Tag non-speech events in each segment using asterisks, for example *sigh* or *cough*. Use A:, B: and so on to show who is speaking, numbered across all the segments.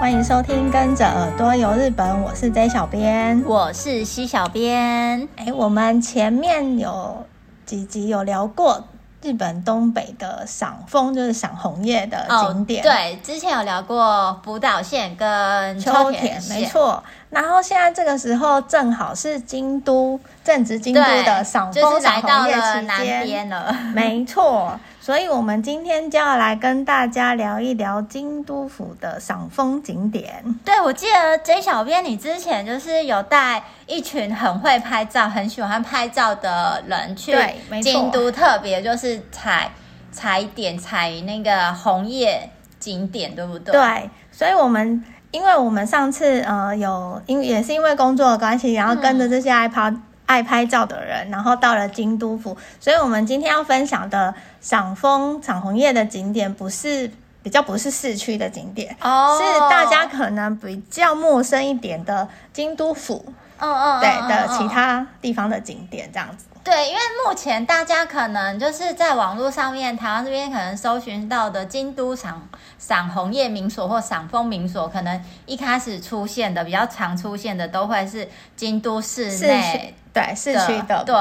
A: 欢迎收听《跟着耳朵游日本》，我是 J 小编。
B: 我是西小编，
A: 哎，我们前面有几集有聊过日本东北的赏枫，就是赏红叶的景点。
B: 哦对，之前有聊过福岛县跟
A: 秋
B: 秋
A: 田
B: 田，县，
A: 没错。然后现在这个时候正好是京都正值京都
B: 对，
A: 的赏
B: 就
A: 枫
B: 是来
A: 赏
B: 到
A: 红叶
B: 了
A: 期
B: 南
A: 间，
B: 边了。 *laughs*
A: 没错。所以我们今天就要来跟大家聊一聊京都府的赏枫景点。
B: 对，我记得 J 小编，你之前就是有带一群很会拍照、很喜欢拍照的人去
A: 对没错
B: 京都，特别就是踩踩点、踩那个红叶景点，对不对？
A: 对，所以我们因为我们上次呃有因也是因为工作的关系，然后跟着这
B: 嗯
A: 些爱拍、爱拍照的人，然后到了京都府，所以我们今天要分享的赏枫、赏红叶的景点，不是比较不是市区的景点。
B: 哦，
A: 是大家可能比较陌生一点的京都府
B: 嗯嗯嗯
A: 对
B: 嗯
A: 的
B: 嗯
A: 其他地方的景点这样子，
B: 对，因为目前大家可能就是在网络上面，台湾这边可能搜寻到的京都赏赏红叶名所或赏枫名所，可能一开始出现的比较常出现的都会是京都市
A: 市区
B: 内
A: 对市
B: 的
A: 区的
B: 对。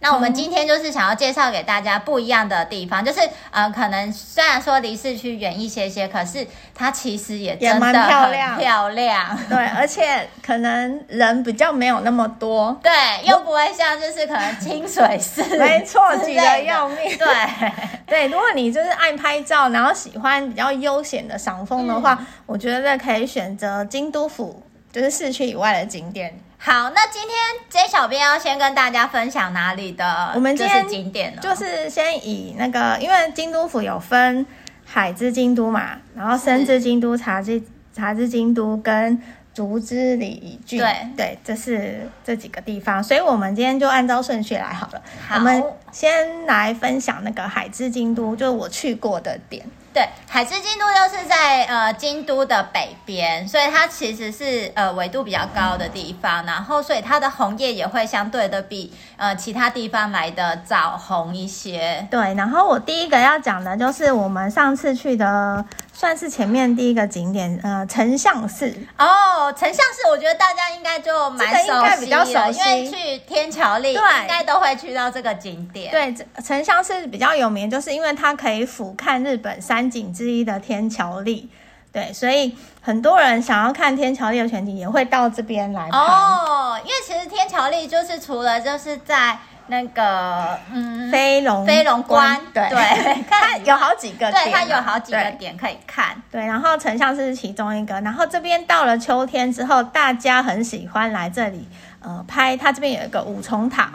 B: 那我们今天就是想要介绍给大家不一样的地方，就是呃，可能虽然说离市区远一些些，可是它其实
A: 也
B: 也真的
A: 蛮
B: 很
A: 漂亮
B: 漂亮
A: 对，而且可能人比较没有那么多，
B: 对，又不会像就是可能清水寺之类
A: *laughs*
B: 的，
A: 没错，挤得要命。
B: 对。
A: 对，如果你就是爱拍照，然后喜欢比较悠闲的赏枫的
B: 嗯
A: 话，我觉得可以选择京都府，就是市区以外的景点。
B: 好，那今天 J 小编要先跟大家分享哪里的？
A: 我们
B: 就
A: 今
B: 是
A: 天
B: 景点呢？
A: 就是先以那个，因为京都府有分海之京都嘛，然后深之京都、茶之茶之京都跟竹之里郡，
B: 对
A: 对，这是这几个地方，所以我们今天就按照顺序来好了。
B: 好
A: 我们先来分享那个海之京都，就是我去过的点。
B: 对，海之京都就是在呃京都的北边，所以它其实是呃纬度比较高的地方，然后所以它的红叶也会相对的比呃其他地方来的早红一些。
A: 对，然后我第一个要讲的就是我们上次去的，算是前面第一个景点，呃，丞相寺。
B: 哦，丞相寺我觉得大家应该就蛮
A: 这个应
B: 熟
A: 该
B: 悉
A: 比较熟
B: 了，
A: 悉
B: 因为去天桥立
A: 对
B: 应该都会去到这个景点。
A: 对，这丞相寺比较有名，就是因为它可以俯瞰日本三景之一的天桥立。对，所以很多人想要看天桥立的全景，也会到这边来拍。
B: 哦，因为其实天桥立就是除了就是在那个嗯
A: 飞龙
B: 飞龙关，
A: 对，
B: 对，
A: *laughs* 它
B: 看
A: 有好几 *laughs* 个点啊，
B: 对它有好几个
A: 对
B: 点可以看。
A: 对，然后丞相是其中一个，然后这边到了秋天之后，大家很喜欢来这里，呃，拍它这边有一个五重塔，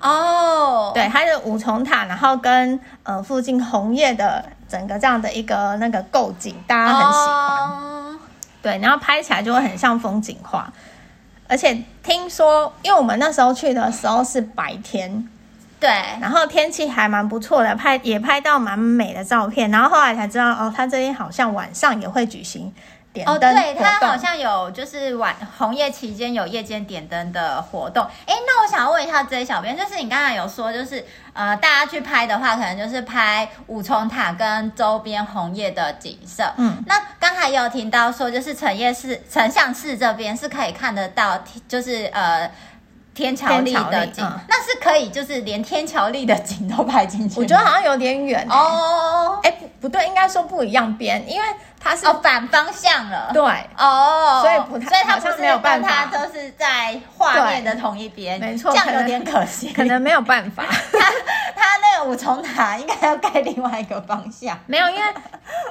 B: 哦，
A: 对，它的五重塔，然后跟呃附近红叶的整个这样的一个那个构景，大家很喜欢，
B: 哦
A: 对，然后拍起来就会很像风景画，而且听说，因为我们那时候去的时候是白天，
B: 对，
A: 然后天气还蛮不错的，拍也拍到蛮美的照片，然后后来才知道哦，它这边好像晚上也会举行点
B: 哦，
A: 灯
B: 对，
A: 活
B: 它好
A: 动。
B: 像有就是晚红叶期间有夜间点灯的活动。哎，那我想要问一下 J 小编，就是你刚才有说，就是呃，大家去拍的话，可能就是拍五重塔跟周边红叶的景色。
A: 嗯，
B: 那刚才也有听到说，就是城叶市、丞相市这边是可以看得到天，就是呃。天桥立
A: 天桥
B: 的
A: 立
B: 景，
A: 嗯
B: 那是可以，就是连天桥立的景都拍进去吗。
A: 我觉得好像有点远、欸、哦，
B: 哦
A: 哎、不不对，应该说不一样边，因为它是、
B: 哦，反方向了。
A: 对，
B: 哦，
A: 所以不太
B: 所以他
A: 好像
B: 不是
A: 没有办
B: 跟
A: 法
B: 它都是在画面的同一边，
A: 没错
B: 这
A: 可
B: 样有
A: 能
B: 点可惜。
A: 可能没有办 *laughs* 法。
B: 他他那个五重塔应该要盖另外一个方向。
A: 没有，因为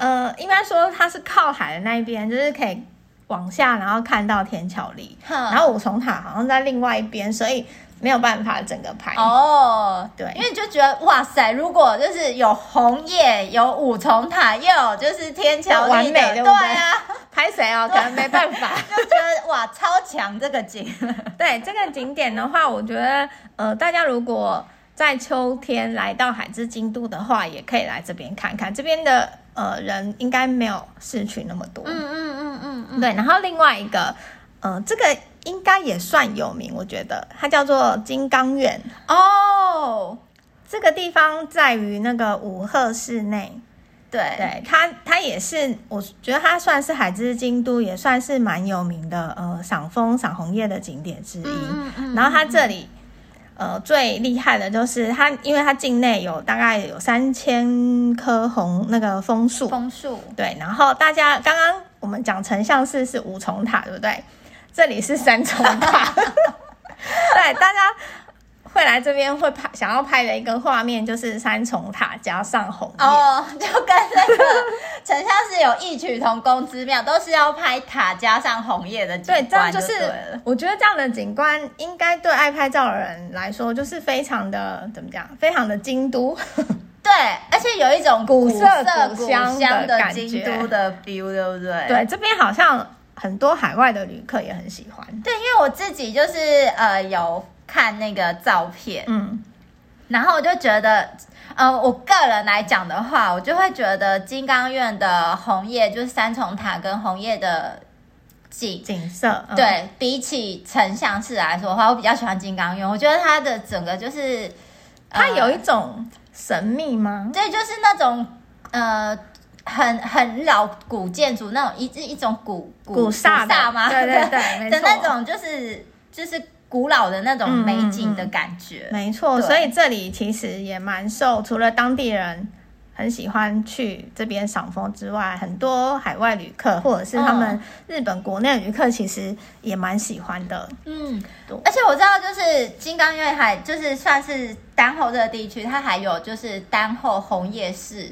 A: 呃，应该说它是靠海的那一边，就是可以往下，然后看到天桥立。
B: 哼
A: 然后五重塔好像在另外一边，所以没有办法整个拍。
B: 哦，
A: 对
B: 因为就觉得哇塞，如果就是有红叶，有五重塔，又有就是天桥立的
A: 完美对
B: 对
A: 不对
B: 啊， *laughs*
A: 拍谁哦？可能没办法。
B: 就觉得哇超强这个景。
A: *laughs*
B: *laughs*
A: 对这个景点的话，我觉得呃，大家如果在秋天来到海之京都的话，也可以来这边看看。这边的呃人应该没有市区那么多。
B: 嗯嗯嗯嗯
A: 对，然后另外一个呃，这个应该也算有名，我觉得它叫做金刚院。
B: 嗯，哦。
A: 这个地方在于那个五鹤市内，
B: 对
A: 对他，他也是，我觉得他算是海之京都，也算是蛮有名的，呃，赏枫、赏红叶的景点之一。
B: 嗯嗯
A: 然后他这里，呃，最厉害的就是它，因为它境内有大概有三千棵红那个枫树，
B: 枫树，
A: 对。然后大家刚刚我们讲丞相寺是五重塔，对不对？这里是三重
B: *laughs*
A: 塔。对，大家会来这边会拍想要拍的一个画面就是三重塔加上红叶。
B: 哦， *laughs* 就跟那个丞相是有异曲同工之妙，都是要拍塔加上红叶的景
A: 对，这样
B: 观
A: 就
B: 就是对了
A: 我觉得这样的景观应该对爱拍照的人来说，就是非常的怎么讲，非常的京都。
B: 对，而且有一种
A: 古
B: 色
A: 色
B: 古
A: 古
B: 香
A: 香的感觉
B: 京都的 feel，对不对？
A: 对，这边好像很多海外的旅客也很喜欢。
B: 对，因为我自己就是呃有看那个照片，
A: 嗯，
B: 然后我就觉得，呃，我个人来讲的话，我就会觉得金刚院的红叶就是三重塔跟红叶的景。
A: 景色、嗯，
B: 对呃比起丞相寺来说的话，我比较喜欢金刚院。我觉得它的整个就是，
A: 它有
B: 一。
A: 一种神秘吗？
B: 对，就是那种呃，很很老古建筑那种一一种古
A: 古
B: 煞
A: 煞的 *laughs*
B: 吗？
A: 对对对，没
B: 的
A: 错，
B: 那种就是就是古老的那种
A: 嗯嗯
B: 美景
A: 嗯
B: 的感觉。
A: 没错。
B: 对
A: 所以这里其实也蛮受除了当地人。很喜欢去这边赏枫之外，很多海外旅客或者是他
B: 嗯
A: 们日本国内旅客，其实也蛮喜欢的。
B: 嗯
A: 对，
B: 而且我知道，就是金刚院还就是算是丹后这个地区，它还有就是丹后红叶市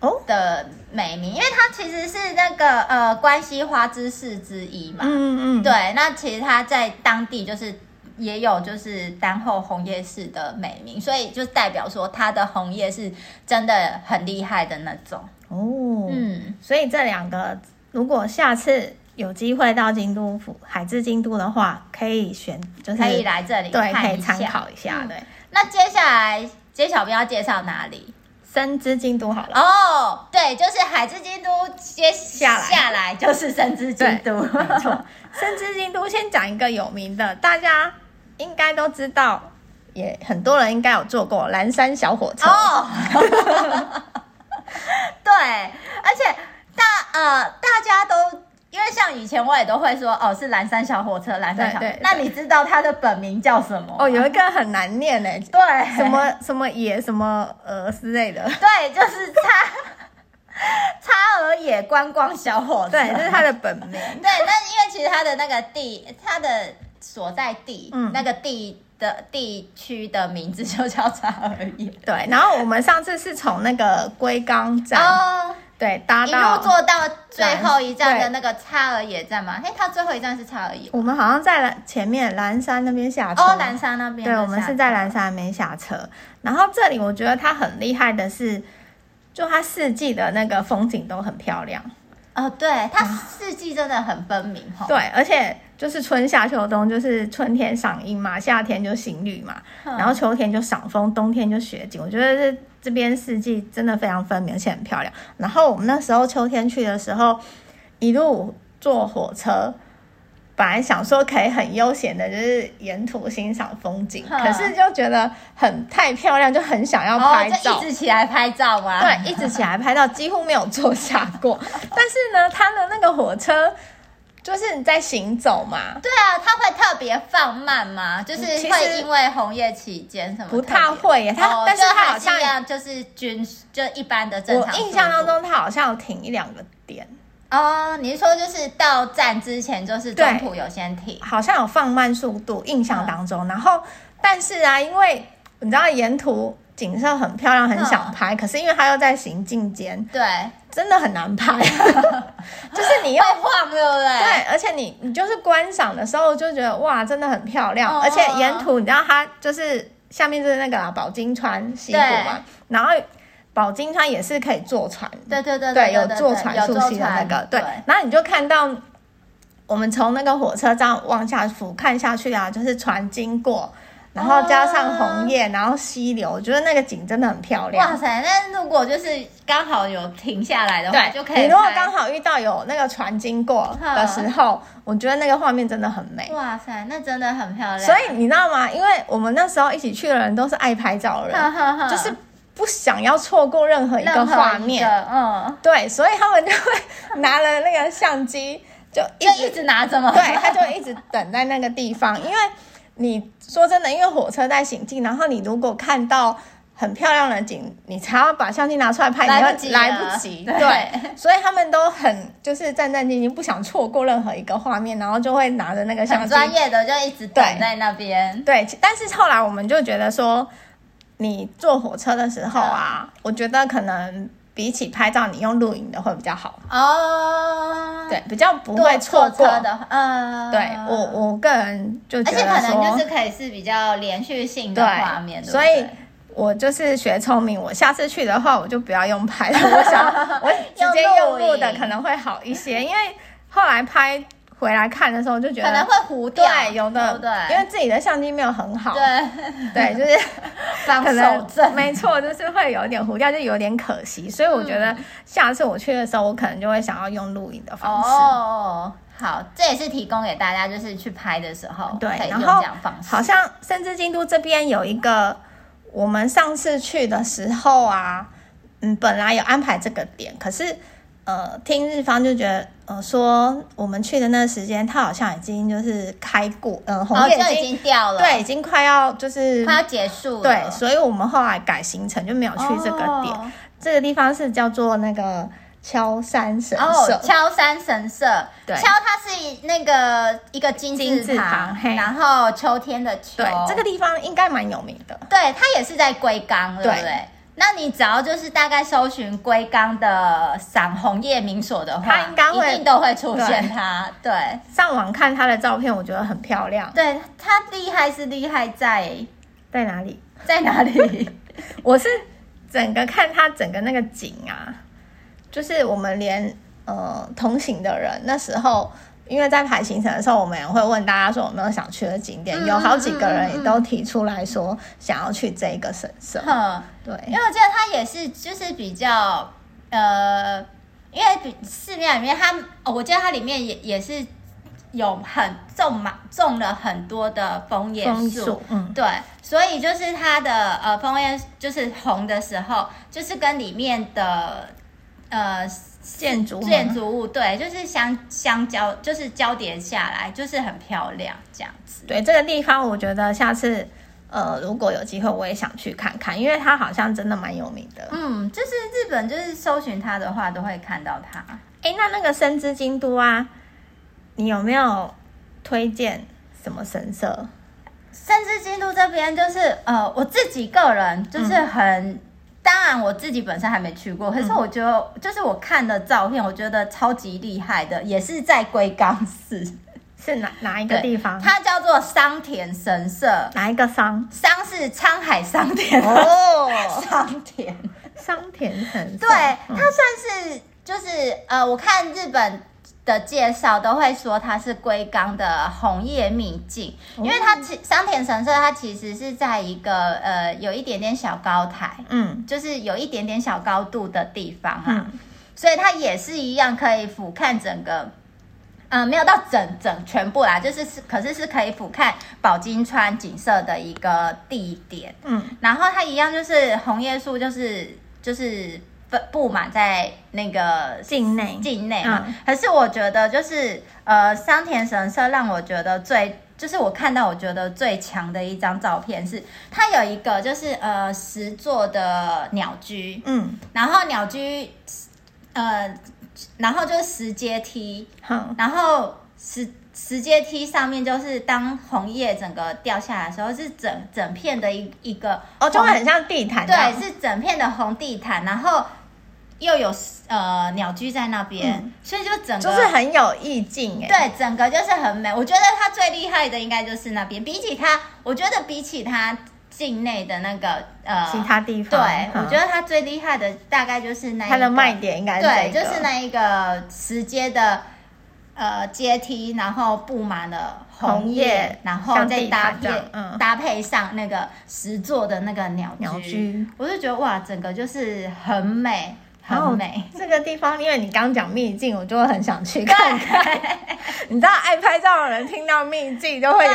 A: 哦
B: 的美名，因为它其实是那个呃关西花之市之一嘛。
A: 嗯嗯，
B: 对，那其实它在当地就是也有就是丹后红叶市的美名，所以就代表说它的红叶是真的很厉害的那种。
A: 哦，
B: 嗯，
A: 所以这两个，如果下次有机会到京都府海至京都的话，可以选，就是
B: 可以来这里
A: 对，可
B: 看
A: 以
B: 一
A: 参
B: 下。
A: 考一下。
B: 嗯
A: 对，
B: 那接下来揭晓不要介绍哪里
A: 深知京都好了。
B: 哦，对，就是海之京都接
A: 下来
B: 下来就是神之京都，
A: 没错，深知京都先讲一个有名的，大家应该都知道，也很多人应该有坐过蓝山小火车。
B: *laughs* 哦， *laughs* 对，而且大呃大家都。因为像以前我也都会说哦是蓝山小火车，蓝山小火
A: 对
B: 车
A: 对。
B: 那你知道它的本名叫什么？
A: 哦，有一个很难念
B: *laughs*
A: 呢，
B: 对
A: 什么什么野什么鹅之类的。
B: 对， *laughs* 就是叉叉儿野观光小火车。
A: 对，这是它的本名。
B: 对，那因为其实它的那个地，它的所在地，
A: 嗯
B: 那个地的地区的名字就叫叉儿野。
A: 对，然后我们上次是从那个龟冈站，
B: 哦，
A: 对，搭
B: 一
A: 到
B: 路坐到最后一站的
A: 对
B: 那个差尔野站嘛，哎，它最后一站是差尔野
A: 我们好像在蓝前面蓝山那边下车，
B: 哦，蓝山那边的
A: 对，
B: 下车。
A: 我们是在蓝山那边下车。然后这里我觉得它很厉害的是，就它四季的那个风景都很漂亮，
B: 哦，对，它四季真的很分明哈。
A: 对，而且就是春夏秋冬，就是春天赏樱嘛，夏天就行旅嘛，
B: 嗯
A: 然后秋天就赏枫，冬天就雪景。我觉得这这边四季真的非常分明，而且很漂亮。然后我们那时候秋天去的时候，一路坐火车。本来想说可以很悠闲的，就是沿途欣赏风景，
B: 嗯
A: 可是就觉得很太漂亮，就很想 *laughs* 要
B: 哦
A: 拍，
B: 就
A: 照。
B: 一直起来拍照嘛。，
A: *laughs* 对，一直起来拍照，几乎没有坐下
B: *laughs*
A: 过。但是呢，它的那个火车就是你在行走嘛，
B: 对啊，它会特别放慢吗？就是
A: 嗯其实
B: 会因为红叶期间哦什么特别？
A: 不太会 *laughs* 耶。它，
B: 哦
A: 但是
B: 就
A: 它好
B: 还一
A: 像
B: 样就是均就一般的正
A: 我
B: 常速度。
A: 印象当中，它好像有停一两个点，
B: 哦，你是说就是到站之前就是中
A: 对
B: 途有先停
A: 好像有放慢速度，印象当
B: 嗯
A: 中。然后，但是啊，因为你知道沿途。景色很漂亮，
B: 嗯
A: 很想拍，可是因为它又在行进间，
B: 对，
A: 真的很难
B: *laughs*
A: 拍。就是你
B: 会
A: 又
B: 晃对不对？
A: 对，而且你你就是观赏的时候就觉得哇，真的很漂亮，
B: 哦
A: 而且沿途你知道它就是下面就是那个啦，宝金川溪谷嘛，然后宝金川也是可以坐船，
B: 对对对
A: 有
B: 对
A: 坐
B: 对
A: 船
B: 有
A: 溯
B: 坐
A: 溪的那
B: 船
A: 个，对，然后你就看到。我们从那个火车站往下俯瞰下去啊，就是船经过，然后加上红叶，然后溪流，我觉得那个景真的很漂亮。
B: 哇塞！那如果就是刚好有停下来的话，
A: 对，
B: 就可以
A: 你如果
B: 拍嗯
A: 刚好遇到有那个船经过的时候，我觉得那个画面真的很美。
B: 哇塞，那真的很漂亮。
A: 所以你知道吗？因为我们那时候一起去的人都是爱拍照的人，
B: 以
A: 就是不想要错过任何一个
B: 嗯任何
A: 画
B: 一
A: 面
B: 个，嗯，
A: 对，所以他们就会拿了那个相机，就一
B: 就
A: 直
B: 一直拿着嘛。 *laughs*
A: 对，他就一直等在那个地方，因为你说真的，因为火车在行进，然后你如果看到很漂亮的景，你才要把相机拿出来拍，
B: 来不
A: 你
B: 及
A: 会来
B: 了
A: 不
B: *laughs*
A: 及，
B: 对
A: 所以他们都很就是战战兢兢，不想错过任何一个画面，然后就会拿着那个相
B: 很
A: 机。
B: 专业的，就一直等
A: 对
B: 在那边。
A: 对，其但是后来我们就觉得说，你坐火车的时候啊，我觉得可能比起拍照，你用录影的会比较好，
B: 哦，
A: 对，比较不
B: 坐，
A: 会错
B: 坐
A: 过。
B: 车的，嗯，
A: 对我，我个人就觉
B: 而
A: 得
B: 且
A: 说，
B: 可能就是可以是比较连续性的画面，
A: 所
B: 对
A: 以
B: 不对
A: 我就是学聪明，我下次去的话，我就不要用拍
B: *laughs*
A: 的，我想我直接用录的
B: 用录影
A: 可能会好一些，因为后来拍回来看的时候就觉
B: 可
A: 得。
B: 能会糊掉，
A: 对，有的，
B: 对不对，
A: 因为自己的相机没有很好，
B: 对
A: 对，就是
B: 防
A: 可
B: 守
A: 能
B: 阵，
A: 没错，就是会有点糊掉，就有点可惜。所以我觉
B: 嗯
A: 得下次我去的时候，我可能就会想要用录影的方式。
B: 哦，好，这也是提供给大家，就是去拍的时候，
A: 对
B: 可以
A: 然
B: 用
A: 后
B: 这样方式
A: 好。像甚至京都这边有一个，我们上次去的时候啊，嗯，本来有安排这个点，可是呃，听日方就觉得呃说我们去的那个时间，它好像已经就是开过，呃，红
B: 哦，
A: 叶
B: 就
A: 已
B: 已
A: 经、
B: 经掉了，
A: 对，已经快要就是
B: 快要结束了，
A: 对，所以我们后来改行程就没有去这个点。
B: 哦
A: 这个地方是叫做那个敲山神社，
B: 哦，敲山神社，
A: 对
B: 敲它是那个一个金
A: 金字
B: 字
A: 旁嘿
B: 然后秋天的秋，
A: 对，哦这个地方应该蛮有名的。
B: 对它也是在龟冈，对不
A: 对
B: 对？那你只要就是大概搜寻龟冈的赏红叶名所的话，
A: 它应该会
B: 一定都会出现它。对，
A: 上网看它的照片，我觉得很漂亮。
B: 对，它厉害是厉害在
A: 在哪里？
B: 在
A: *laughs*
B: 哪里？
A: 我是整个看它整个那个景啊，就是我们连呃同行的人那时候。因为在排行程的时候，我们也会问大家说有没有想去的景点，
B: 嗯
A: 有好几个人也都提出来说想要去这个神社。
B: 哼，
A: 对，
B: 因为我记得它也是就是比较呃，因为比寺庙里面它，哦我记得它里面也也是有很种满种了很多的枫叶
A: 枫
B: 树
A: 树，，嗯，
B: 对，所以就是它的呃枫叶就是红的时候，就是跟里面的呃
A: 建筑吗
B: 建筑物对，就是相相交，就是交叠下来，就是很漂亮这样子。
A: 对这个地方，我觉得下次呃如果有机会，我也想去看看，因为它好像真的蛮有名的。
B: 嗯，就是日本，就是搜寻它的话，都会看到它。
A: 哎，那那个深之京都啊，你有没有推荐什么神社？
B: 甚至京都这边就是呃，我自己个人就是很，当然我自己本身还没去过，可是我觉得、就是我看的照片，我觉得超级厉害的，也是在龟冈市
A: 是哪哪一个地方？
B: 它叫做桑田神社，
A: 哪一个商？
B: 桑是沧海桑田的
A: 哦，
B: 桑田，
A: 商田神社。
B: *laughs* 对，它算是就是呃，我看日本。的介绍都会说它是龟冈的红叶秘境，
A: 哦
B: 因为它其桑田神社它其实是在一个呃有一点点小高台，
A: 嗯
B: 就是有一点点小高度的地方啊，
A: 嗯
B: 所以它也是一样可以俯瞰整个，呃，没有到整整全部啦，就是是可是是可以俯瞰宝金川景色的一个地点。
A: 嗯，
B: 然后它一样就是红叶树，就是就是布布满在那个
A: 境内。
B: 境内嘛。
A: 嗯
B: 可是我觉得就是呃，桑田神社让我觉得最。就是我看到我觉得最强的一张照片是，它有一个就是呃石座的鸟居，
A: 嗯，
B: 然后鸟居，呃，然后就是石阶梯，
A: 好，
B: 然后石石阶梯上面就是当红叶整个掉下来的时候，是整整片的一一个
A: 哦，就会
B: 红
A: 很像地啊毯这样。
B: 对，是整片的红地毯，然后又有呃鸟居在那边，
A: 嗯
B: 所以就整个
A: 就是很有意境哎。
B: 对，整个就是很美。我觉得它最厉害的应该就是那边，比起它，我觉得比起它境内的那个呃
A: 其他地
B: 对
A: 方，，嗯
B: 我觉得它最厉害的大概就是那一
A: 它的
B: 个
A: 卖点应该是
B: 对，
A: 这
B: 就
A: 个
B: 是那一个石阶的呃阶梯，然后布满了
A: 红
B: 红叶，
A: 叶
B: 然后
A: 像
B: 再
A: 地
B: 搭
A: 毯
B: 配
A: 这样、嗯
B: 搭配上那个石座的那个鸟
A: 鸟居
B: 我就觉得哇，整个就是很美，
A: 然后
B: 很美。
A: 这个地方，因为你刚讲秘境，我就会很想去看看。 *laughs* 你知道，爱拍照的人听到秘境就会有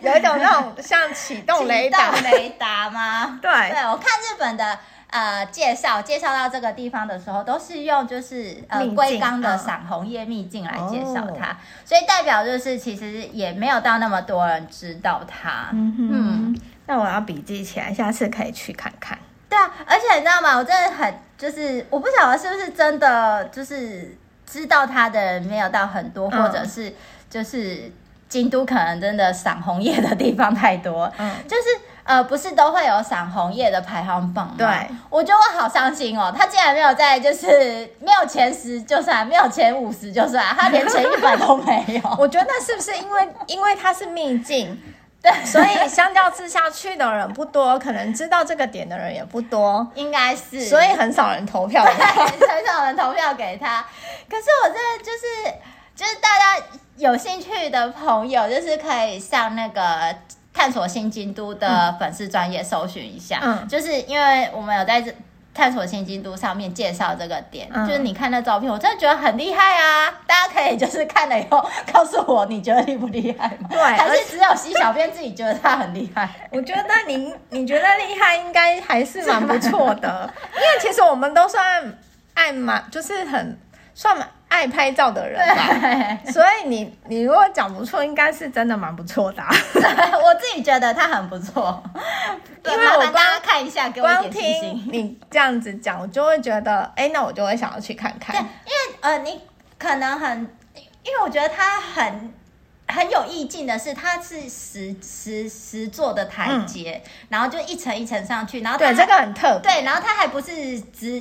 B: 对
A: 有一种那种像启动雷达。
B: *laughs* 启动雷达吗？
A: 对
B: 对我看日本的呃介绍介绍到这个地方的时候，都是用就是呃
A: 秘境
B: 龟缸的
A: 嗯
B: 赏红叶秘境来介绍它，
A: 哦
B: 所以代表就是其实也没有到那么多人知道它。
A: 嗯
B: 嗯
A: 哼，那我要笔记起来，下次可以去看看。
B: 对啊，而且你知道吗？我真的很就是，我不晓得是不是真的，就是知道他的人没有到很多，
A: 嗯
B: 或者是就是京都可能真的赏红叶的地方太多，
A: 嗯，
B: 就是呃，不是都会有赏红叶的排行榜吗？
A: 对，
B: 我觉得我好伤心哦，他竟然没有在就是没有前十就算，没有前五十就算，他连前一百都没有。
A: *laughs* 我觉得是不是因为因为它是秘境，对，所以相较之下去的人不多，可能知道这个点的人也不多，
B: 应该是，
A: 所以很少人投票。 *laughs*
B: 对，很少人投票给他。可是我真的就是，就是大家有兴趣的朋友，就是可以上那个。探索新京都的粉丝专业搜寻一下，
A: 嗯
B: 就是因为我们有在这探索新京都上面介绍这个点，
A: 嗯
B: 就是你看那照片，我真的觉得很厉害啊！大家可以就是看了以后告诉我，你觉得厉不厉害吗？
A: 对
B: 还
A: 而
B: 是只有西小编自己觉得他很厉害？
A: *laughs* 我觉得您你觉得厉害，应该还是蛮不错的，
B: *laughs*
A: 因为其实我们都算爱蛮，就是很算蛮爱拍照的人吧。
B: 对。
A: 所以你你如果讲不错，应该是真的蛮不错
B: *laughs*
A: 的啊、
B: 我自己觉得他很不错，
A: *laughs* 因为
B: 麻
A: 我光
B: 烦大家看一下，给我一
A: 光
B: 点
A: 听
B: 信心。
A: 你这样子讲，我就会觉得，哎、那我就会想要去看看。
B: 呃，你可能很，因为我觉得他很很有意境的是，他是实实实做的台阶，然后就一层一层上去，然后它
A: 嗯对，这个很特别。
B: 对，然后它还不是直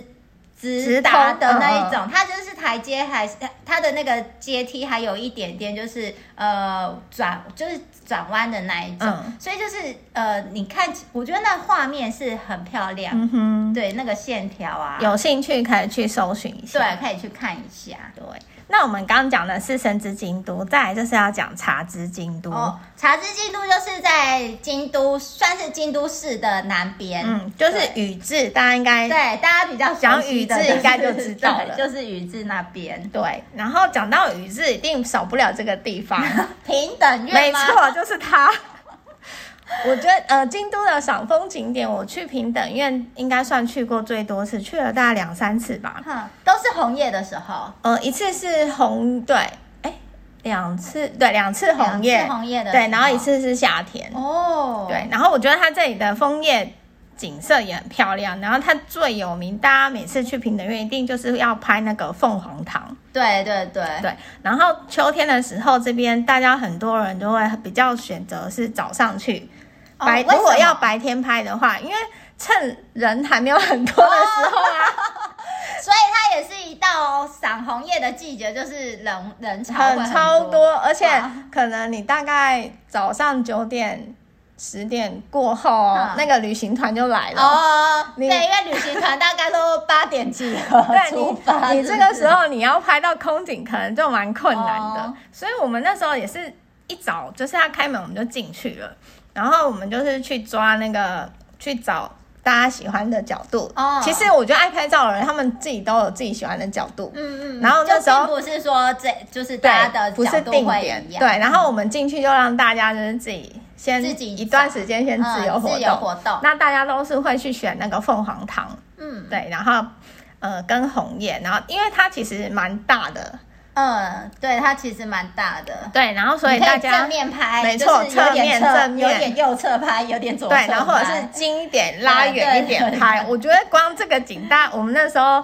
B: 直
A: 直达
B: 达的那一
A: 嗯嗯
B: 种，它就是台阶还是它的那个阶梯还有一点点就是呃转就是转弯的那一种，
A: 嗯
B: 所以就是呃你看起，我觉得那画面是很漂亮，
A: 嗯哼，
B: 对那个线条啊，
A: 有兴趣可以去搜寻一下。
B: 对可以去看一下。
A: 对，那我们刚刚讲的是神之京都，再来就是要讲茶之京都。
B: 哦，茶之京都就是在京都，算是京都市的南边。
A: 嗯，就是
B: 对
A: 宇治，大家应该
B: 对大家比较熟
A: 讲
B: 悉
A: 宇
B: 的
A: 治
B: 是
A: 应该就知道
B: 对
A: 了
B: 就是宇治那边
A: 对。然后讲到宇治，一定少不了这个地 *laughs* 方，
B: 平等院
A: 没
B: 吗？
A: 错，就是它。 *laughs* 我觉得呃，京都的赏枫景点，我去平等院应该算去过最多次，去了大概两三次吧。
B: 哼，都是红叶的时候，
A: 呃，一次是红，对，哎，两次，对，两次红叶
B: 两，次红叶的时候
A: 对，然后一次是夏天，
B: 哦，
A: 对，然后我觉得它这里的枫叶景色也很漂亮，然后它最有名，大家每次去平等院一定就是要拍那个凤凰堂，
B: 对对对
A: 对，然后秋天的时候，这边大家很多人都会比较选择是早上去，
B: 哦
A: 白、
B: 为什
A: 如果
B: 么
A: 要白天拍的话，因为趁人还没有很多的时候啊。
B: 哦所以它也是一道赏红叶的季节，就是人人潮会
A: *laughs* 很超
B: 多，
A: 多，而且
B: 哇
A: 可能你大概早上九点、十点过后哦
B: 嗯，
A: 那个旅行团就来了。
B: 哦，对，
A: 你
B: 因为旅行团大概都八点集合
A: *laughs* 对
B: 出发，
A: 你，你
B: 是
A: 这
B: 不
A: 个
B: 是
A: 时候你要拍到空景，可能就蛮困难的。
B: 哦
A: 所以我们那时候也是一早，就是他开门我们就进去了，然后我们就是去抓那个去找大家喜欢的角度。
B: 哦
A: 其实我觉得爱拍照的人，他们自己都有自己喜欢的角度。
B: 嗯嗯，
A: 然后那时候
B: 就并不是说这就是
A: 对
B: 大家的
A: 不
B: 角
A: 是
B: 度
A: 定
B: 会
A: 点
B: 一
A: 对。
B: 样，
A: 然后我们进去就让大家就是自己先
B: 自己
A: 一段时间先自由活
B: 嗯
A: 动，
B: 自由活动
A: 那大家都是会去选那个凤凰堂，
B: 嗯
A: 对，然后呃跟红叶，然后因为它其实蛮大的，
B: 嗯，对，它其实蛮大的。
A: 对，然后所以
B: 你可
A: 大
B: 正
A: 家
B: 面拍，
A: 没错
B: 就是有点
A: 侧面正
B: 有
A: 面
B: 点右侧拍，有点左侧
A: 对
B: 拍，，
A: 然后或者是近一点拉
B: 对
A: 远一
B: 对
A: 点
B: 对
A: 拍，我觉得光这个景大，我们那时候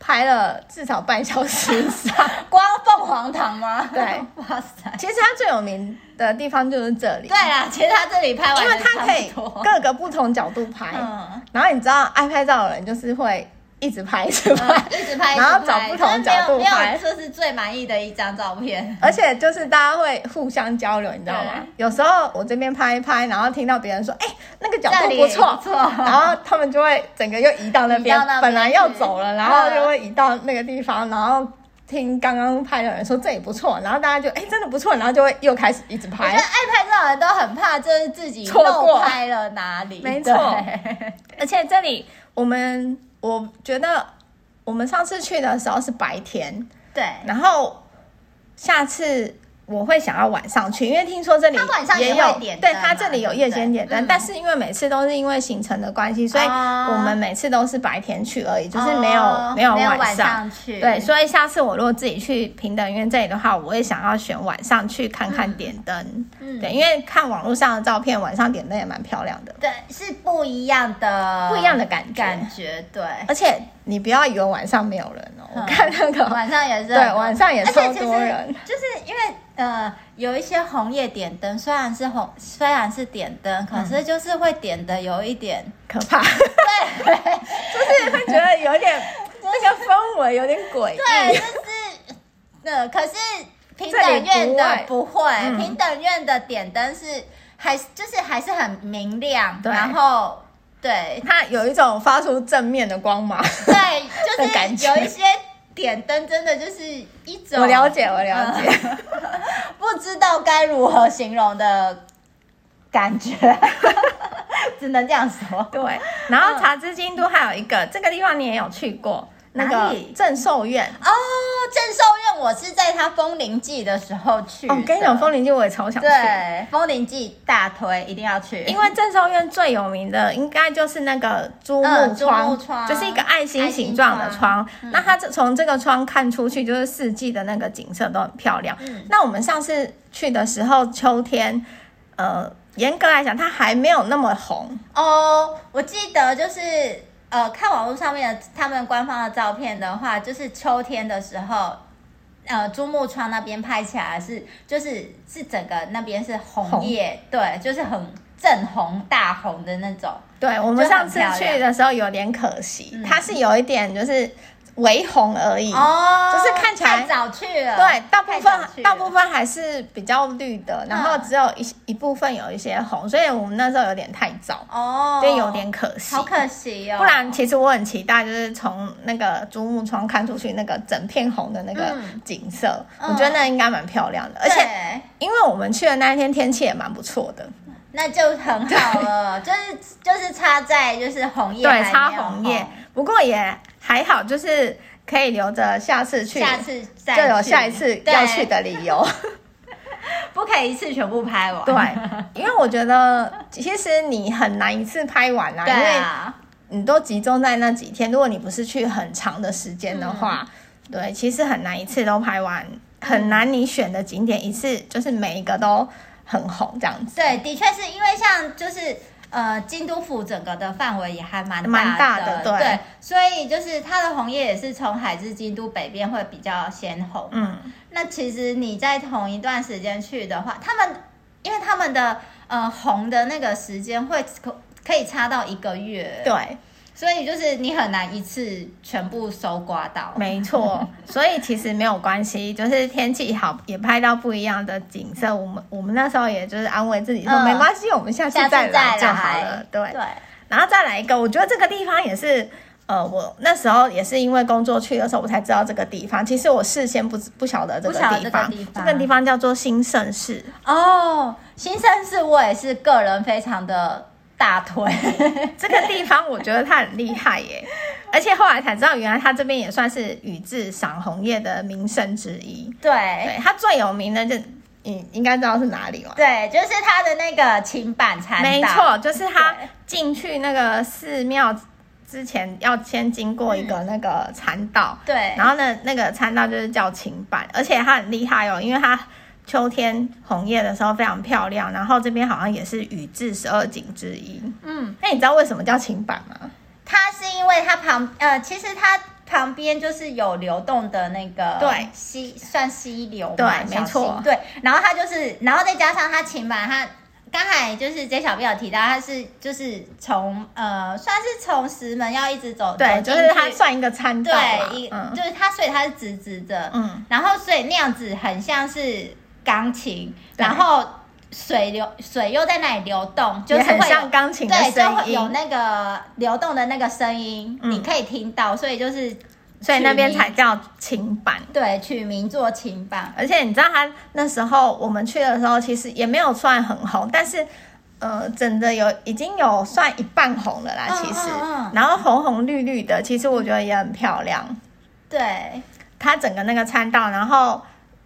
A: 拍了至少半小时以上。
B: 光凤凰堂吗？
A: 对，
B: *laughs* 哇塞，
A: *laughs* 其实它最有名的地方就是这里
B: 对，啦，其实他这里拍完
A: 因为
B: 就
A: 它
B: 差
A: 可以
B: 不多
A: 各个不同角度拍，
B: 嗯，
A: 然后你知道爱拍照的人就是会一直拍，一 *laughs* 直拍，
B: 嗯一直拍，
A: 然后
B: 一直
A: 找
B: 拍
A: 不同角度
B: 但没有没
A: 拍
B: 有，这是最满意的一张照
A: *laughs*
B: 片。
A: 而且就是大家会互相交流，你知道吗
B: 对？啊
A: 有时候我这边拍一拍，然后听到别人说，哎、那个角
B: 这
A: 度
B: 里
A: 不错，
B: *laughs* 不错
A: *laughs* 然后他们就会整个又移到那
B: 移
A: 边，
B: 到那边
A: 本来要
B: 去
A: 走了，然后
B: 嗯
A: 就会移到那个地方，然后。听刚刚拍的人说这里不错，然后大家就哎、真的不错，然后就会又开始一直
B: 我觉
A: 拍
B: 得。爱拍照的人都很怕，就是自己
A: 错过
B: 漏拍了哪里。
A: *laughs* 没错
B: 对
A: 而且这里我们我觉得我们上次去的时候是白天，
B: 对，
A: 然后下次我会想要晚上去，因为听说这里
B: 它晚上也
A: 也
B: 会
A: 有，
B: 点
A: 对
B: 灯
A: 它
B: 嘛
A: 这里有
B: 对不
A: 夜
B: 对
A: 间点灯，
B: 嗯
A: 但是因为每次都是因为行程的关系，所以
B: 哦
A: 我们每次都是白天去而已，就是没有、
B: 哦
A: 没有
B: 没有
A: 晚
B: 晚
A: 上。
B: 上去，
A: 对，所以下次我如果自己去平等院这里的话，我也想要选晚上去看看点灯。
B: 嗯
A: 对，因为看网络上的照片，晚上点灯也蛮漂亮的，
B: 对，是不一样的，
A: 不一样的感觉。
B: 感觉，对。
A: 而且你不要以为晚上没有人哦，
B: 嗯
A: 我看那个
B: 晚上也是很
A: 对
B: 多，
A: 晚上也
B: 而且
A: 超
B: 其实
A: 多人
B: 就是因为呃，有一些红叶点灯，虽然是红，虽然是点灯，可是就是会点的有一点，
A: 可怕，就是 *laughs* 会觉得有点那个氛围有点诡
B: *laughs* 对，
A: 异。
B: 就是呃，可是平
A: 这
B: 等
A: 里
B: 院的
A: 不
B: 不会，
A: 嗯
B: 平等院的点灯是还是就是还是很明亮，
A: 对
B: 然后对
A: 它有一种发出正面的光
B: *laughs*
A: 芒。 *laughs* 的
B: 对，
A: 感
B: 就是
A: 觉
B: 有一些点灯真的就是一种
A: 我了解，我了解。
B: 嗯不知道该如何形容的感觉， *laughs* 只能这样
A: *laughs*
B: 说。哦
A: 对，然后茶之京都还有一个，这个地方你也有去过，那
B: 哪
A: 个
B: 里
A: 正寿院。
B: 哦，正寿院我是在他风铃季的时候去的。
A: 哦，我跟你讲，风铃记我也超想去。
B: 对风铃季大推一定要去，
A: 因为正寿院最有名的应该就是那个珠
B: 嗯
A: 木
B: 珠
A: 窗，
B: 穆窗
A: 就是一个爱心形状的窗。那它这从这个窗看出去，就是四季的那个景色都很漂亮。
B: 嗯
A: 那我们上次去的时候，秋天，呃，严格来讲，它还没有那么红。
B: 哦，我记得就是呃，看网络上面的他们官方的照片的话，就是秋天的时候。呃，珠穆川那边拍起来是，就是是整个那边是红
A: 红
B: 叶，对，就是很正红大红的那种。
A: 对我们
B: 就很
A: 上次
B: 漂亮
A: 去的时候有点可惜，
B: 嗯
A: 它是有一点就是微红而已。嗯
B: 哦，
A: 就是看起来
B: 太早去了，
A: 对，大部
B: 太早去
A: 分大
B: 了
A: 部分还是比较绿的，然后
B: 嗯
A: 只有一些一部分有一些红，所以我们那时候有点太早。
B: 哦，
A: 就有点可惜。
B: 好可惜哦，
A: 不然，其实我很期待，就是从那个珠穆窗看出去那个整片红的那个
B: 嗯
A: 景色，
B: 嗯
A: 我觉得那应该蛮漂亮的。而
B: 对
A: 且，因为我们去的那一天天气也蛮不错的，
B: 那就很好了，就是就是差在就是红叶
A: 对，
B: 还没有哦
A: 插红叶，不过也还好，就是可以留着下次去，
B: 下次再
A: 就有
B: 去
A: 下一次要去，的理由。
B: *laughs* 对不可以一次全部拍完，
A: 对，因为我觉得其实你很难一次拍完啦，
B: 对
A: 因为
B: 啊，
A: 你都集中在那几天，如果你不是去很长的时间的话，
B: 嗯
A: 对，其实很难一次都拍完，很难你选的景点一次就是每一个都很红这样子，
B: 对，的确是因为像就是呃，京都府整个的范围也还蛮大
A: 蛮大
B: 的
A: 的对
B: 所以就是它的红叶也是从海至京都北边会比较先红。
A: 嗯，
B: 那其实你在同一段时间去的话，他们因为他们的呃红的那个时间会可可以差到一个月，，
A: 对，
B: 所以就是你很难一次全部搜刮到。
A: 没错，
B: *laughs*
A: 所以其实没有关系，就是天气好也拍到不一样的景色。我们我们那时候也就是安慰自己说、
B: 嗯
A: 没关系，我们下次
B: 下次
A: 再
B: 再
A: 来
B: 来
A: 就好了，对。
B: 对，
A: 然后再来一个，我觉得这个地方也是，呃，我那时候也是因为工作去的时候，我才知道这个地方。其实我事先不知不晓得这个
B: 不晓得
A: 地
B: 这
A: 方，
B: 个地方
A: 叫做新盛市。
B: 哦，新生是我也是个人非常的大推。
A: *laughs* 这个地方我觉得它很厉害耶，
B: *laughs*
A: 而且后来才知道，原来它这边也算是宇治赏红叶的名胜之一。
B: 对
A: 对，它最有名的就你应该知道是哪里嘛？
B: 对，就是他的那个琴板禅道，
A: 没错，就是它
B: 对
A: 进去那个寺庙之前要先经过一
B: 嗯
A: 个那个禅道。
B: 对，
A: 然后呢，那个餐道就是叫晴板，而且它很厉害哦，因为它秋天红叶的时候非常漂亮。然后这边好像也是宇治十二景之一。
B: 嗯，
A: 那你知道为什么叫晴板吗？
B: 它是因为它旁呃，其实它旁边就是有流动的那个
A: 对
B: 溪，算溪流嘛
A: 对
B: 小
A: 没错
B: 溪对，然后它就是，然后再加上它琴板，它刚才就是 J 小编有提到，它是就是从呃，算是从石门要一直走，
A: 对，
B: 走
A: 就
B: 进
A: 是它
B: 去
A: 算一个餐道啦
B: 对，一、
A: 嗯
B: 就是它，所以它是直直的，
A: 嗯，
B: 然后所以那样子很像是钢琴，
A: 对
B: 然后水流水又在那里流动，就
A: 也
B: 是会
A: 很像
B: 有
A: 钢琴的
B: 对，就
A: 声
B: 会有
A: 音，
B: 那个流动的那个声音，
A: 嗯
B: 你可以听到，所以就是
A: 所以那边
B: 取
A: 才
B: 名
A: 叫晴板。
B: 对取名做琴棒，
A: 而且你知道，它那时候我们去的时候，其实也没有算很红，但是。呃，整的有已经有算一半红了啦，
B: 嗯
A: 其实，
B: 嗯嗯
A: 然后红红绿绿的，其实我觉得也很漂亮。
B: 对，
A: 它整个那个餐道，然后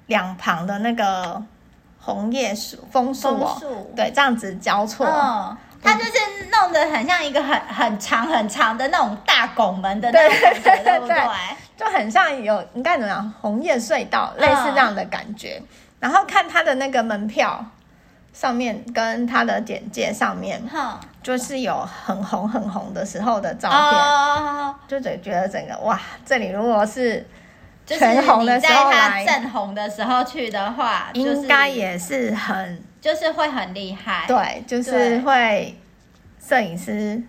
A: 两旁的那个红叶树、枫树哦
B: 枫树，
A: 对，这样子交错。
B: 嗯，它就是弄得很像一个很很长很长的那种大拱门的那
A: 对
B: 种感觉，对不对
A: 对？就很像有应该怎么讲红叶隧道类似这样的感觉。然后看它的那个门票上面跟它的简介上面，
B: 哈，
A: 就是有很红很红的时候的照片，
B: 哦，
A: 就整觉得整个哇，这里如果是
B: 就是
A: 全红
B: 你
A: 的
B: 在
A: 时候
B: 它
A: 来
B: 正红的时候去的话，就是
A: 应该也是很
B: 就是会很厉害，
A: 对，就是
B: 对
A: 会摄影师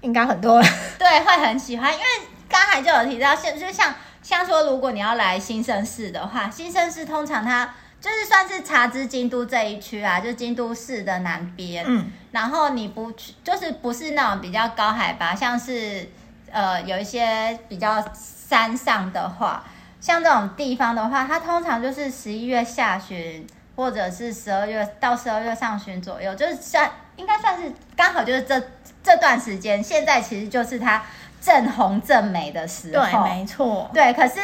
A: 应该很
B: 哦
A: 多人
B: *laughs* 对，会很喜欢，因为刚才就有提到，像就像像说，如果你要来新生市的话，新生市通常它就是算是茶之京都这一区啊，就京都市的南边。
A: *laughs* 嗯，
B: 然后你不去，就是不是那种比较高海拔，像是呃有一些比较山上的话，像这种地方的话，它通常就是十一月下旬或者是十二月到十二月上旬左右，就是算应该算是刚好就是这这段时间，现在其实就是它正红正美的时候。
A: 对，没错，
B: 对，可是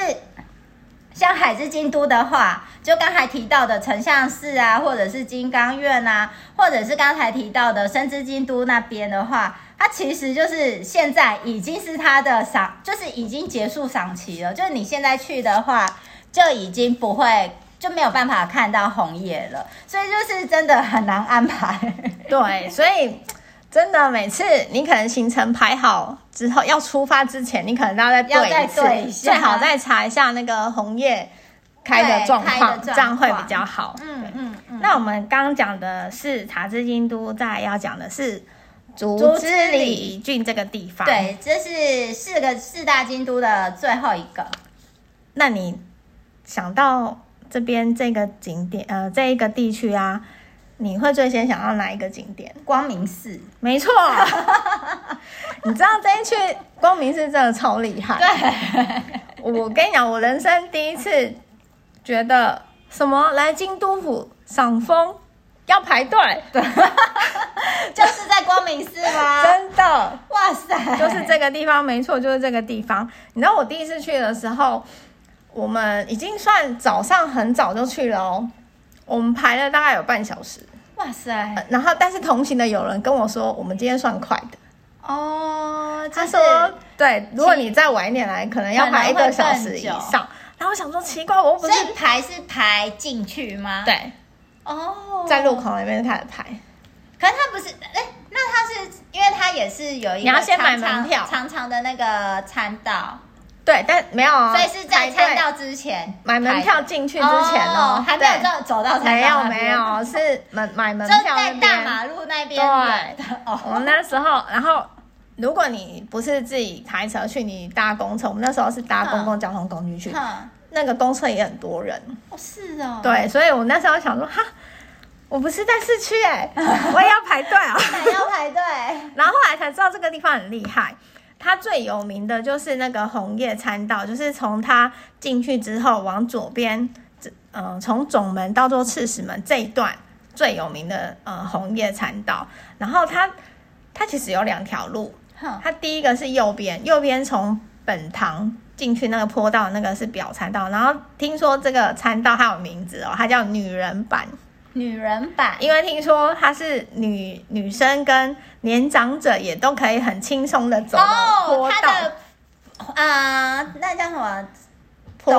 B: 像海之京都的话，就刚才提到的丞相寺啊，或者是金刚院啊，或者是刚才提到的深之京都那边的话，它其实就是现在已经是它的赏，就是已经结束赏期了。就是你现在去的话，就已经不会。就没有办法看到红叶了，所以就是真的很难安排。
A: 对，所以真的每次你可能行程排好之后，要出发之前，你可能都要再
B: 要再
A: 对一次，
B: 对一下
A: 最好再查一下那个红叶开的
B: 对
A: 状
B: 开的
A: 况，
B: 状
A: 这样会比
B: 况
A: 较好。
B: 嗯嗯嗯，
A: 那我们刚刚讲的是塔之京都，再来要讲的是竹
B: 竹
A: 之
B: 之
A: 里郡这个地方。，
B: 对，这是四个四大京都的最后一个。
A: 那你想到这边这个景点，呃，这一个地区啊，你会最先想到哪一个景点？
B: 光明寺，
A: 没错， *laughs* 你知道这一区光明寺真的超厉害。对，我跟你讲，我人生第一次觉得什么来京都府赏枫要排队，
B: *laughs* 就是在光明寺
A: *laughs*
B: 吗？
A: 真的。
B: 哇
A: *laughs*
B: 塞，
A: 就是这个地方，没错，就是这个地方。你知道我第一次去的时候，我们已经算早上很早就去了哦，我们排了大概有半小时。
B: 哇塞
A: 呃然后，但是同行的有人跟我说，我们今天算快的。
B: 哦，
A: 他
B: 就是
A: 说，对，如果你再晚一点来，可能要排一个小时以
B: 可能会更
A: 上。然后我想说，奇怪，我又不
B: 所
A: 是
B: 以排是排进去吗？，
A: 对，
B: 哦，
A: 在路口那边开始排，
B: 可是他不是，哎、那他是因为他也是有
A: 你
B: 一个
A: 要先买
B: 长长
A: 门票
B: 长长的那个餐道，
A: 对，但没有啊，
B: 所以是在
A: 排队
B: 餐道之前
A: 买门
B: 排
A: 票进去之前哦，
B: 还没有
A: 对
B: 到走到餐
A: 没
B: 道
A: 有
B: 那
A: 没
B: 边，
A: 有，是门买门
B: 就
A: 票那
B: 在
A: 边
B: 大马路那边
A: 对
B: 远的 *laughs* 哦，
A: 我们那时候，然后如果你不是自己开车去，你搭公车，我们那时候是搭公共交通工具去，
B: 哼，
A: 那个公车也很多人，
B: 哦是哦，，
A: 对，所以我那时候想说，哈，我不是在市区哎、我也要排队啊。
B: 还要排队。
A: 然后后来才知道这个地方很厉害。它最有名的就是那个红叶餐道，就是从它进去之后往左边，嗯、呃，从总门到做刺史门这一段最有名的呃红叶餐道。然后它它其实有两条路，
B: 哼
A: 它第一个是右边，右边从本堂进去那个坡道那个是表参道。然后听说这个餐道还有名字哦，它叫女人版。
B: 女人版，
A: 因为听说它是女女生跟年长者也都可以很轻松的走的
B: 哦
A: 坡，道，
B: 它的啊、那叫什么？
A: 坡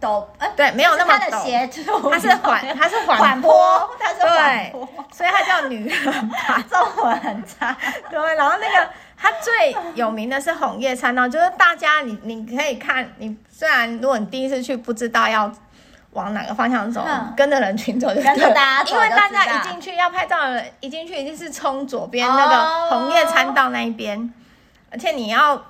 B: 陡陡，哎、
A: 对没有那么
B: 就是它的
A: 陡，
B: 斜度，
A: 它是缓
B: *laughs*
A: 它是
B: 缓
A: 缓
B: 坡
A: 坡，，
B: 它是缓
A: 对，
B: 坡，。
A: 所以它叫女人吧
B: 中文很差。
A: 对，然后那个它最有名的是红叶餐道，就是大家你你可以看，你虽然如果你第一次去不知道要。往哪个方向 *laughs* 走
B: 嗯，
A: 跟着人群走就
B: 跟着
A: 对了
B: 大家走
A: 因为
B: 就
A: 大
B: 知
A: 家一
B: 道
A: 进去要拍照的人，一进去一定是冲左边
B: 哦
A: 那个红叶餐道那一边，而且你要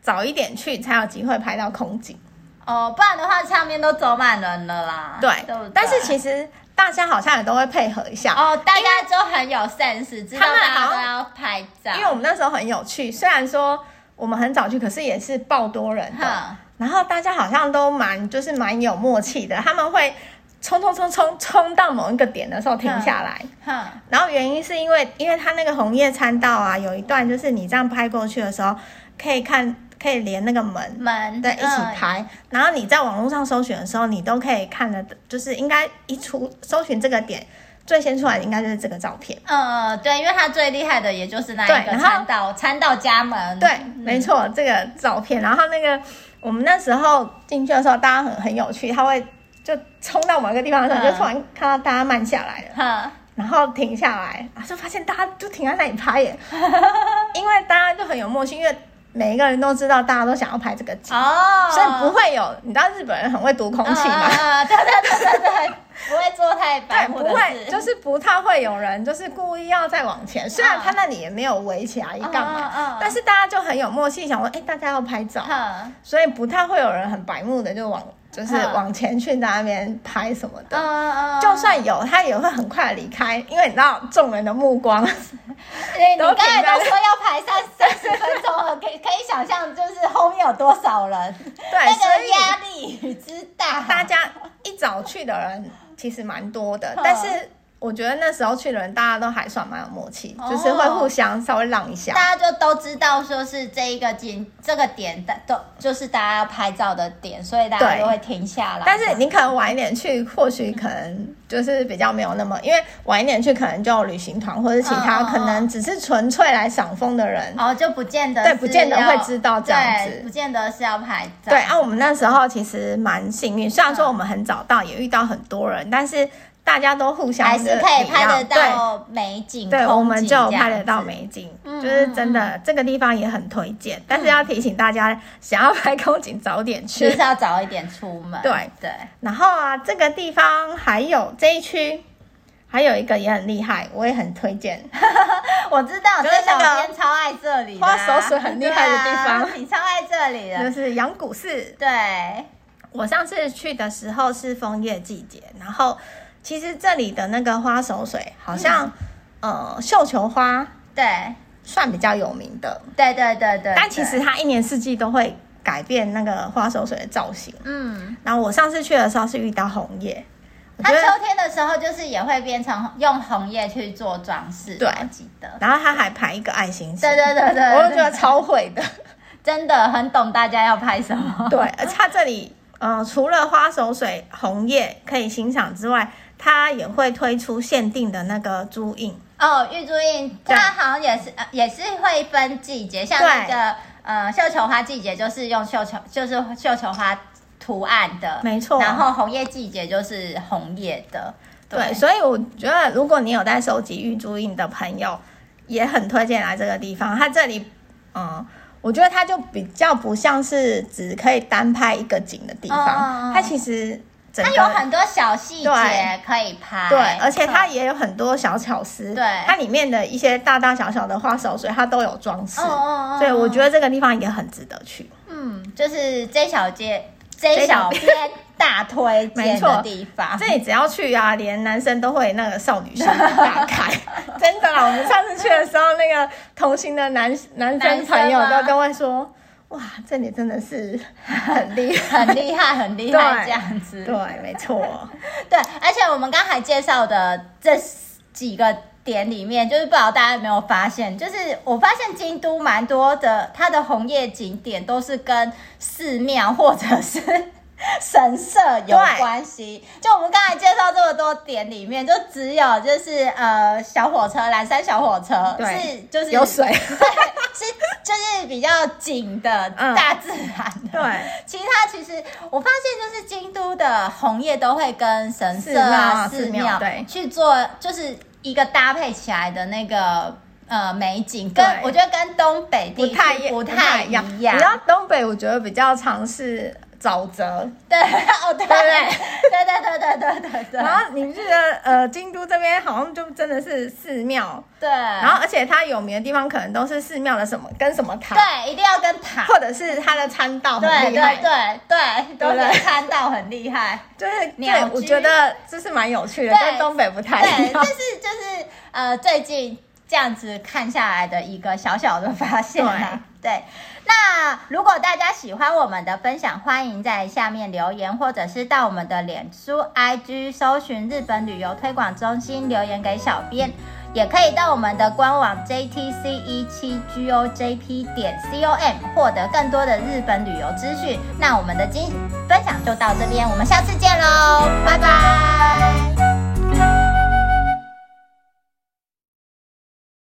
A: 早一点去才有机会拍到空景。
B: 哦，不然的话上面都走满人了啦。
A: 啊对
B: 对不对，
A: 但是其实大家好像也都会配合一下，
B: 哦，大家都很有 sense，知道
A: 他们
B: 大家
A: 好
B: 都
A: 像
B: 要拍照，
A: 因为我们那时候很有趣，虽然说我们很早去，可是也是爆多人的。
B: 哼，
A: 然后大家好像都蛮就是蛮有默契的，他们会冲冲冲冲冲到某一个点的时候停下来。
B: 嗯哼，
A: 然后原因是因为因为它那个红叶餐道啊，有一段就是你这样拍过去的时候，可以看可以连那个门，
B: 门
A: 对，一起
B: 嗯
A: 拍。然后你在网络上搜寻的时候，你都可以看得，就是应该一出搜寻这个点，最先出来的应该就是这个照片。
B: 呃，对，因为他最厉害的也就是那一
A: 对
B: 个
A: 然后
B: 参到参到家门，
A: 对，没错，这个照片。然后那个我们那时候进去的时候，大家很很有趣，他会就冲到某一个地方的时候，
B: 嗯
A: 就突然看到大家慢下来
B: *laughs*
A: 了，
B: 哼，
A: 然后停下来，然后就发现大家就停在那里拍耶，因为大家就很有默契，因为每一个人都知道大家都想要拍这个景。
B: 哦，
A: 所以不会有，你知道日本人很会读空气吗？
B: 啊、嗯嗯对对对对对，不会做太
A: *laughs*
B: 白
A: 对，
B: 目
A: 不
B: 的
A: 会，
B: 事
A: 就是不太会有人就是故意要再往前，虽然
B: 嗯
A: 他那里也没有围起来干嘛，
B: 嗯嗯嗯
A: 但是大家就很有默契，想说，哎、大家要拍照，
B: 哼
A: 所以不太会有人很白目的就往就是
B: 嗯
A: 往前去在那边拍什么的。
B: 嗯嗯，
A: 就算有，他也会很快地离开，因为你知道众人的目光。
B: 嗯你你
A: 都
B: 刚才
A: 停在
B: 都说要排三三十分钟了，可以可以想象就是后面有多少人，
A: 对，
B: 那
A: 所
B: 个
A: 以
B: 压力之大，
A: *laughs* 大家一早去的人其实蛮多的
B: 嗯，
A: 但是我觉得那时候去的人大家都还算蛮有默契，
B: 哦
A: 就是会互相稍微让一下。
B: 大家就都知道说是这一个景这个点的都就是大家要拍照的点，所以大家
A: 对
B: 都会停下来。
A: 但是你可能晚一点去，或许可能就是比较没有那么，因为晚一点去可能就有旅行团或者其他
B: 嗯嗯嗯
A: 可能只是纯粹来赏枫的人，
B: 哦，就不见得
A: 对
B: 是
A: 不见得
B: 要
A: 会知道这样子
B: 对不见得是要拍照。
A: 对啊，我们那时候其实蛮幸运，虽然说我们很早到，也遇到很多人，但是大家都互相
B: 嗯还是
A: 就是
B: 可以
A: 礼
B: 拍
A: 让
B: 得。到美景，
A: 对对，
B: 空
A: 我们
B: 景
A: 就有
B: 这样
A: 拍得到
B: 子。
A: 美景，
B: 嗯
A: 就是真的这个地方也很推荐，但是要提醒大家，想要拍空景早点去
B: 就。是要早一点出门。
A: 对
B: 对，
A: 然后啊，这个地方还有这一区，还有一个也很厉害，我也很推
B: *laughs*
A: 荐，
B: 我知道，
A: 就
B: 这
A: 是
B: 小
A: 那个
B: 编超爱这里的啊、
A: 花手水很厉害的地方
B: 对啊你超爱这里
A: 就
B: 的。
A: 是阳谷寺。
B: 对，
A: 我上次去的时候是枫叶季节，然后其实这里的那个花手水好像、
B: 嗯
A: 呃绣球花
B: 对，
A: 算比较有名的，
B: 对对对对。
A: 但其
B: 对
A: 实，它一年四季都会改变那个花手水的造型。
B: 嗯，
A: 然后我上次去的时候是遇到红叶，我
B: 它
A: 觉得，
B: 秋天的时候就是也会变成用红叶去做装饰。
A: 对
B: 我记得。
A: 然后它还排一个爱心形
B: 对对对对对，
A: 我就觉得超会
B: *laughs*
A: 的。
B: 真的很懂大家要拍什么。
A: 对，而且它这里呃，除了花手水、红叶可以欣赏之外，它也会推出限定的那个珠印。
B: 哦，玉珠印它
A: 对
B: 好像也是、呃也是会分季节，像那个呃绣球花季节就是用绣球就是绣球花图案的，
A: 没错
B: 然后红叶季节就是红叶的，
A: 对，所以我觉得如果你有在收集玉珠印的朋友，也很推荐来这个地方。它这里，嗯，我觉得它就比较不像是只可以单拍一个景的地方，
B: 嗯嗯嗯
A: 它其实整
B: 它
A: 个
B: 有很多小细节
A: 对
B: 可以拍，
A: 对，而且它
B: 嗯
A: 也有很多小巧思，
B: 对
A: 它里面的一些大大小小的花手水，它都有装饰，
B: 哦哦哦
A: 所以我觉得这个地方也很值得去。
B: 嗯，就是这小街这
A: J
B: 小
A: 小
B: 编大推荐
A: 没错
B: 的地方，
A: *laughs* 这里只要去啊，连男生都会那个少女心大
B: *laughs*
A: 开，真的啦！我们上次去的时候，那个同行的男男生朋友
B: 男生吗
A: 都都会说，哇，这里真的是很厉
B: *laughs*
A: 害。
B: 很厉害，很厉害，
A: 对
B: 这样子，
A: 对，没错，
B: 对，而且我们刚才介绍的这几个点里面，就是不知道大家有没有发现，就是我发现京都蛮多的，它的红叶景点都是跟寺庙或者是。 *laughs* 神社有
A: 对
B: 关系，就我们刚才介绍这么多点里面，就只有就是呃小火车，蓝山小火车
A: 对
B: 是就是
A: 有水，
B: 对，是就是比较紧的、
A: 嗯
B: 大自然的。
A: 对，
B: *laughs* 其他其实我发现就是京都的红叶都会跟神社啊、
A: 寺庙
B: 寺
A: 寺庙对
B: 去做，就是一个搭配起来的那个呃美景，跟
A: 对
B: 我觉得跟东北
A: 不
B: 地区
A: 太
B: 不太一样。
A: 你 *laughs* 知道东北，我觉得比较尝试沼泽，
B: 对，哦
A: *laughs* 对
B: 对，对对对对对对对
A: 然后你记得呃，京都这边好像就真的是寺庙，
B: 对，
A: 然后而且它有名的地方可能都是寺庙的什么跟什么塔，
B: 对，一定要跟塔。
A: 或者是它的餐道很
B: 对对
A: 厉害，
B: 对对，都
A: 对
B: 是
A: 对
B: 看到很厉害。
A: 就是
B: 鸟
A: 对，
B: 居
A: 我觉得这是蛮有趣的，
B: 对
A: 跟东北不太
B: 对，
A: 一
B: 这
A: 样。
B: 是就是呃最近这样子看下来的一个小小的发现啊。对，那如果大家喜欢我们的分享，欢迎在下面留言，或者是到我们的脸书、IG 搜寻日本旅游推广中心留言给小编。也可以到我们的官网 JTC 一七 GOJP 点 COM 获得更多的日本旅游资讯。那我们的今分享就到这边，我们下次见喽，拜拜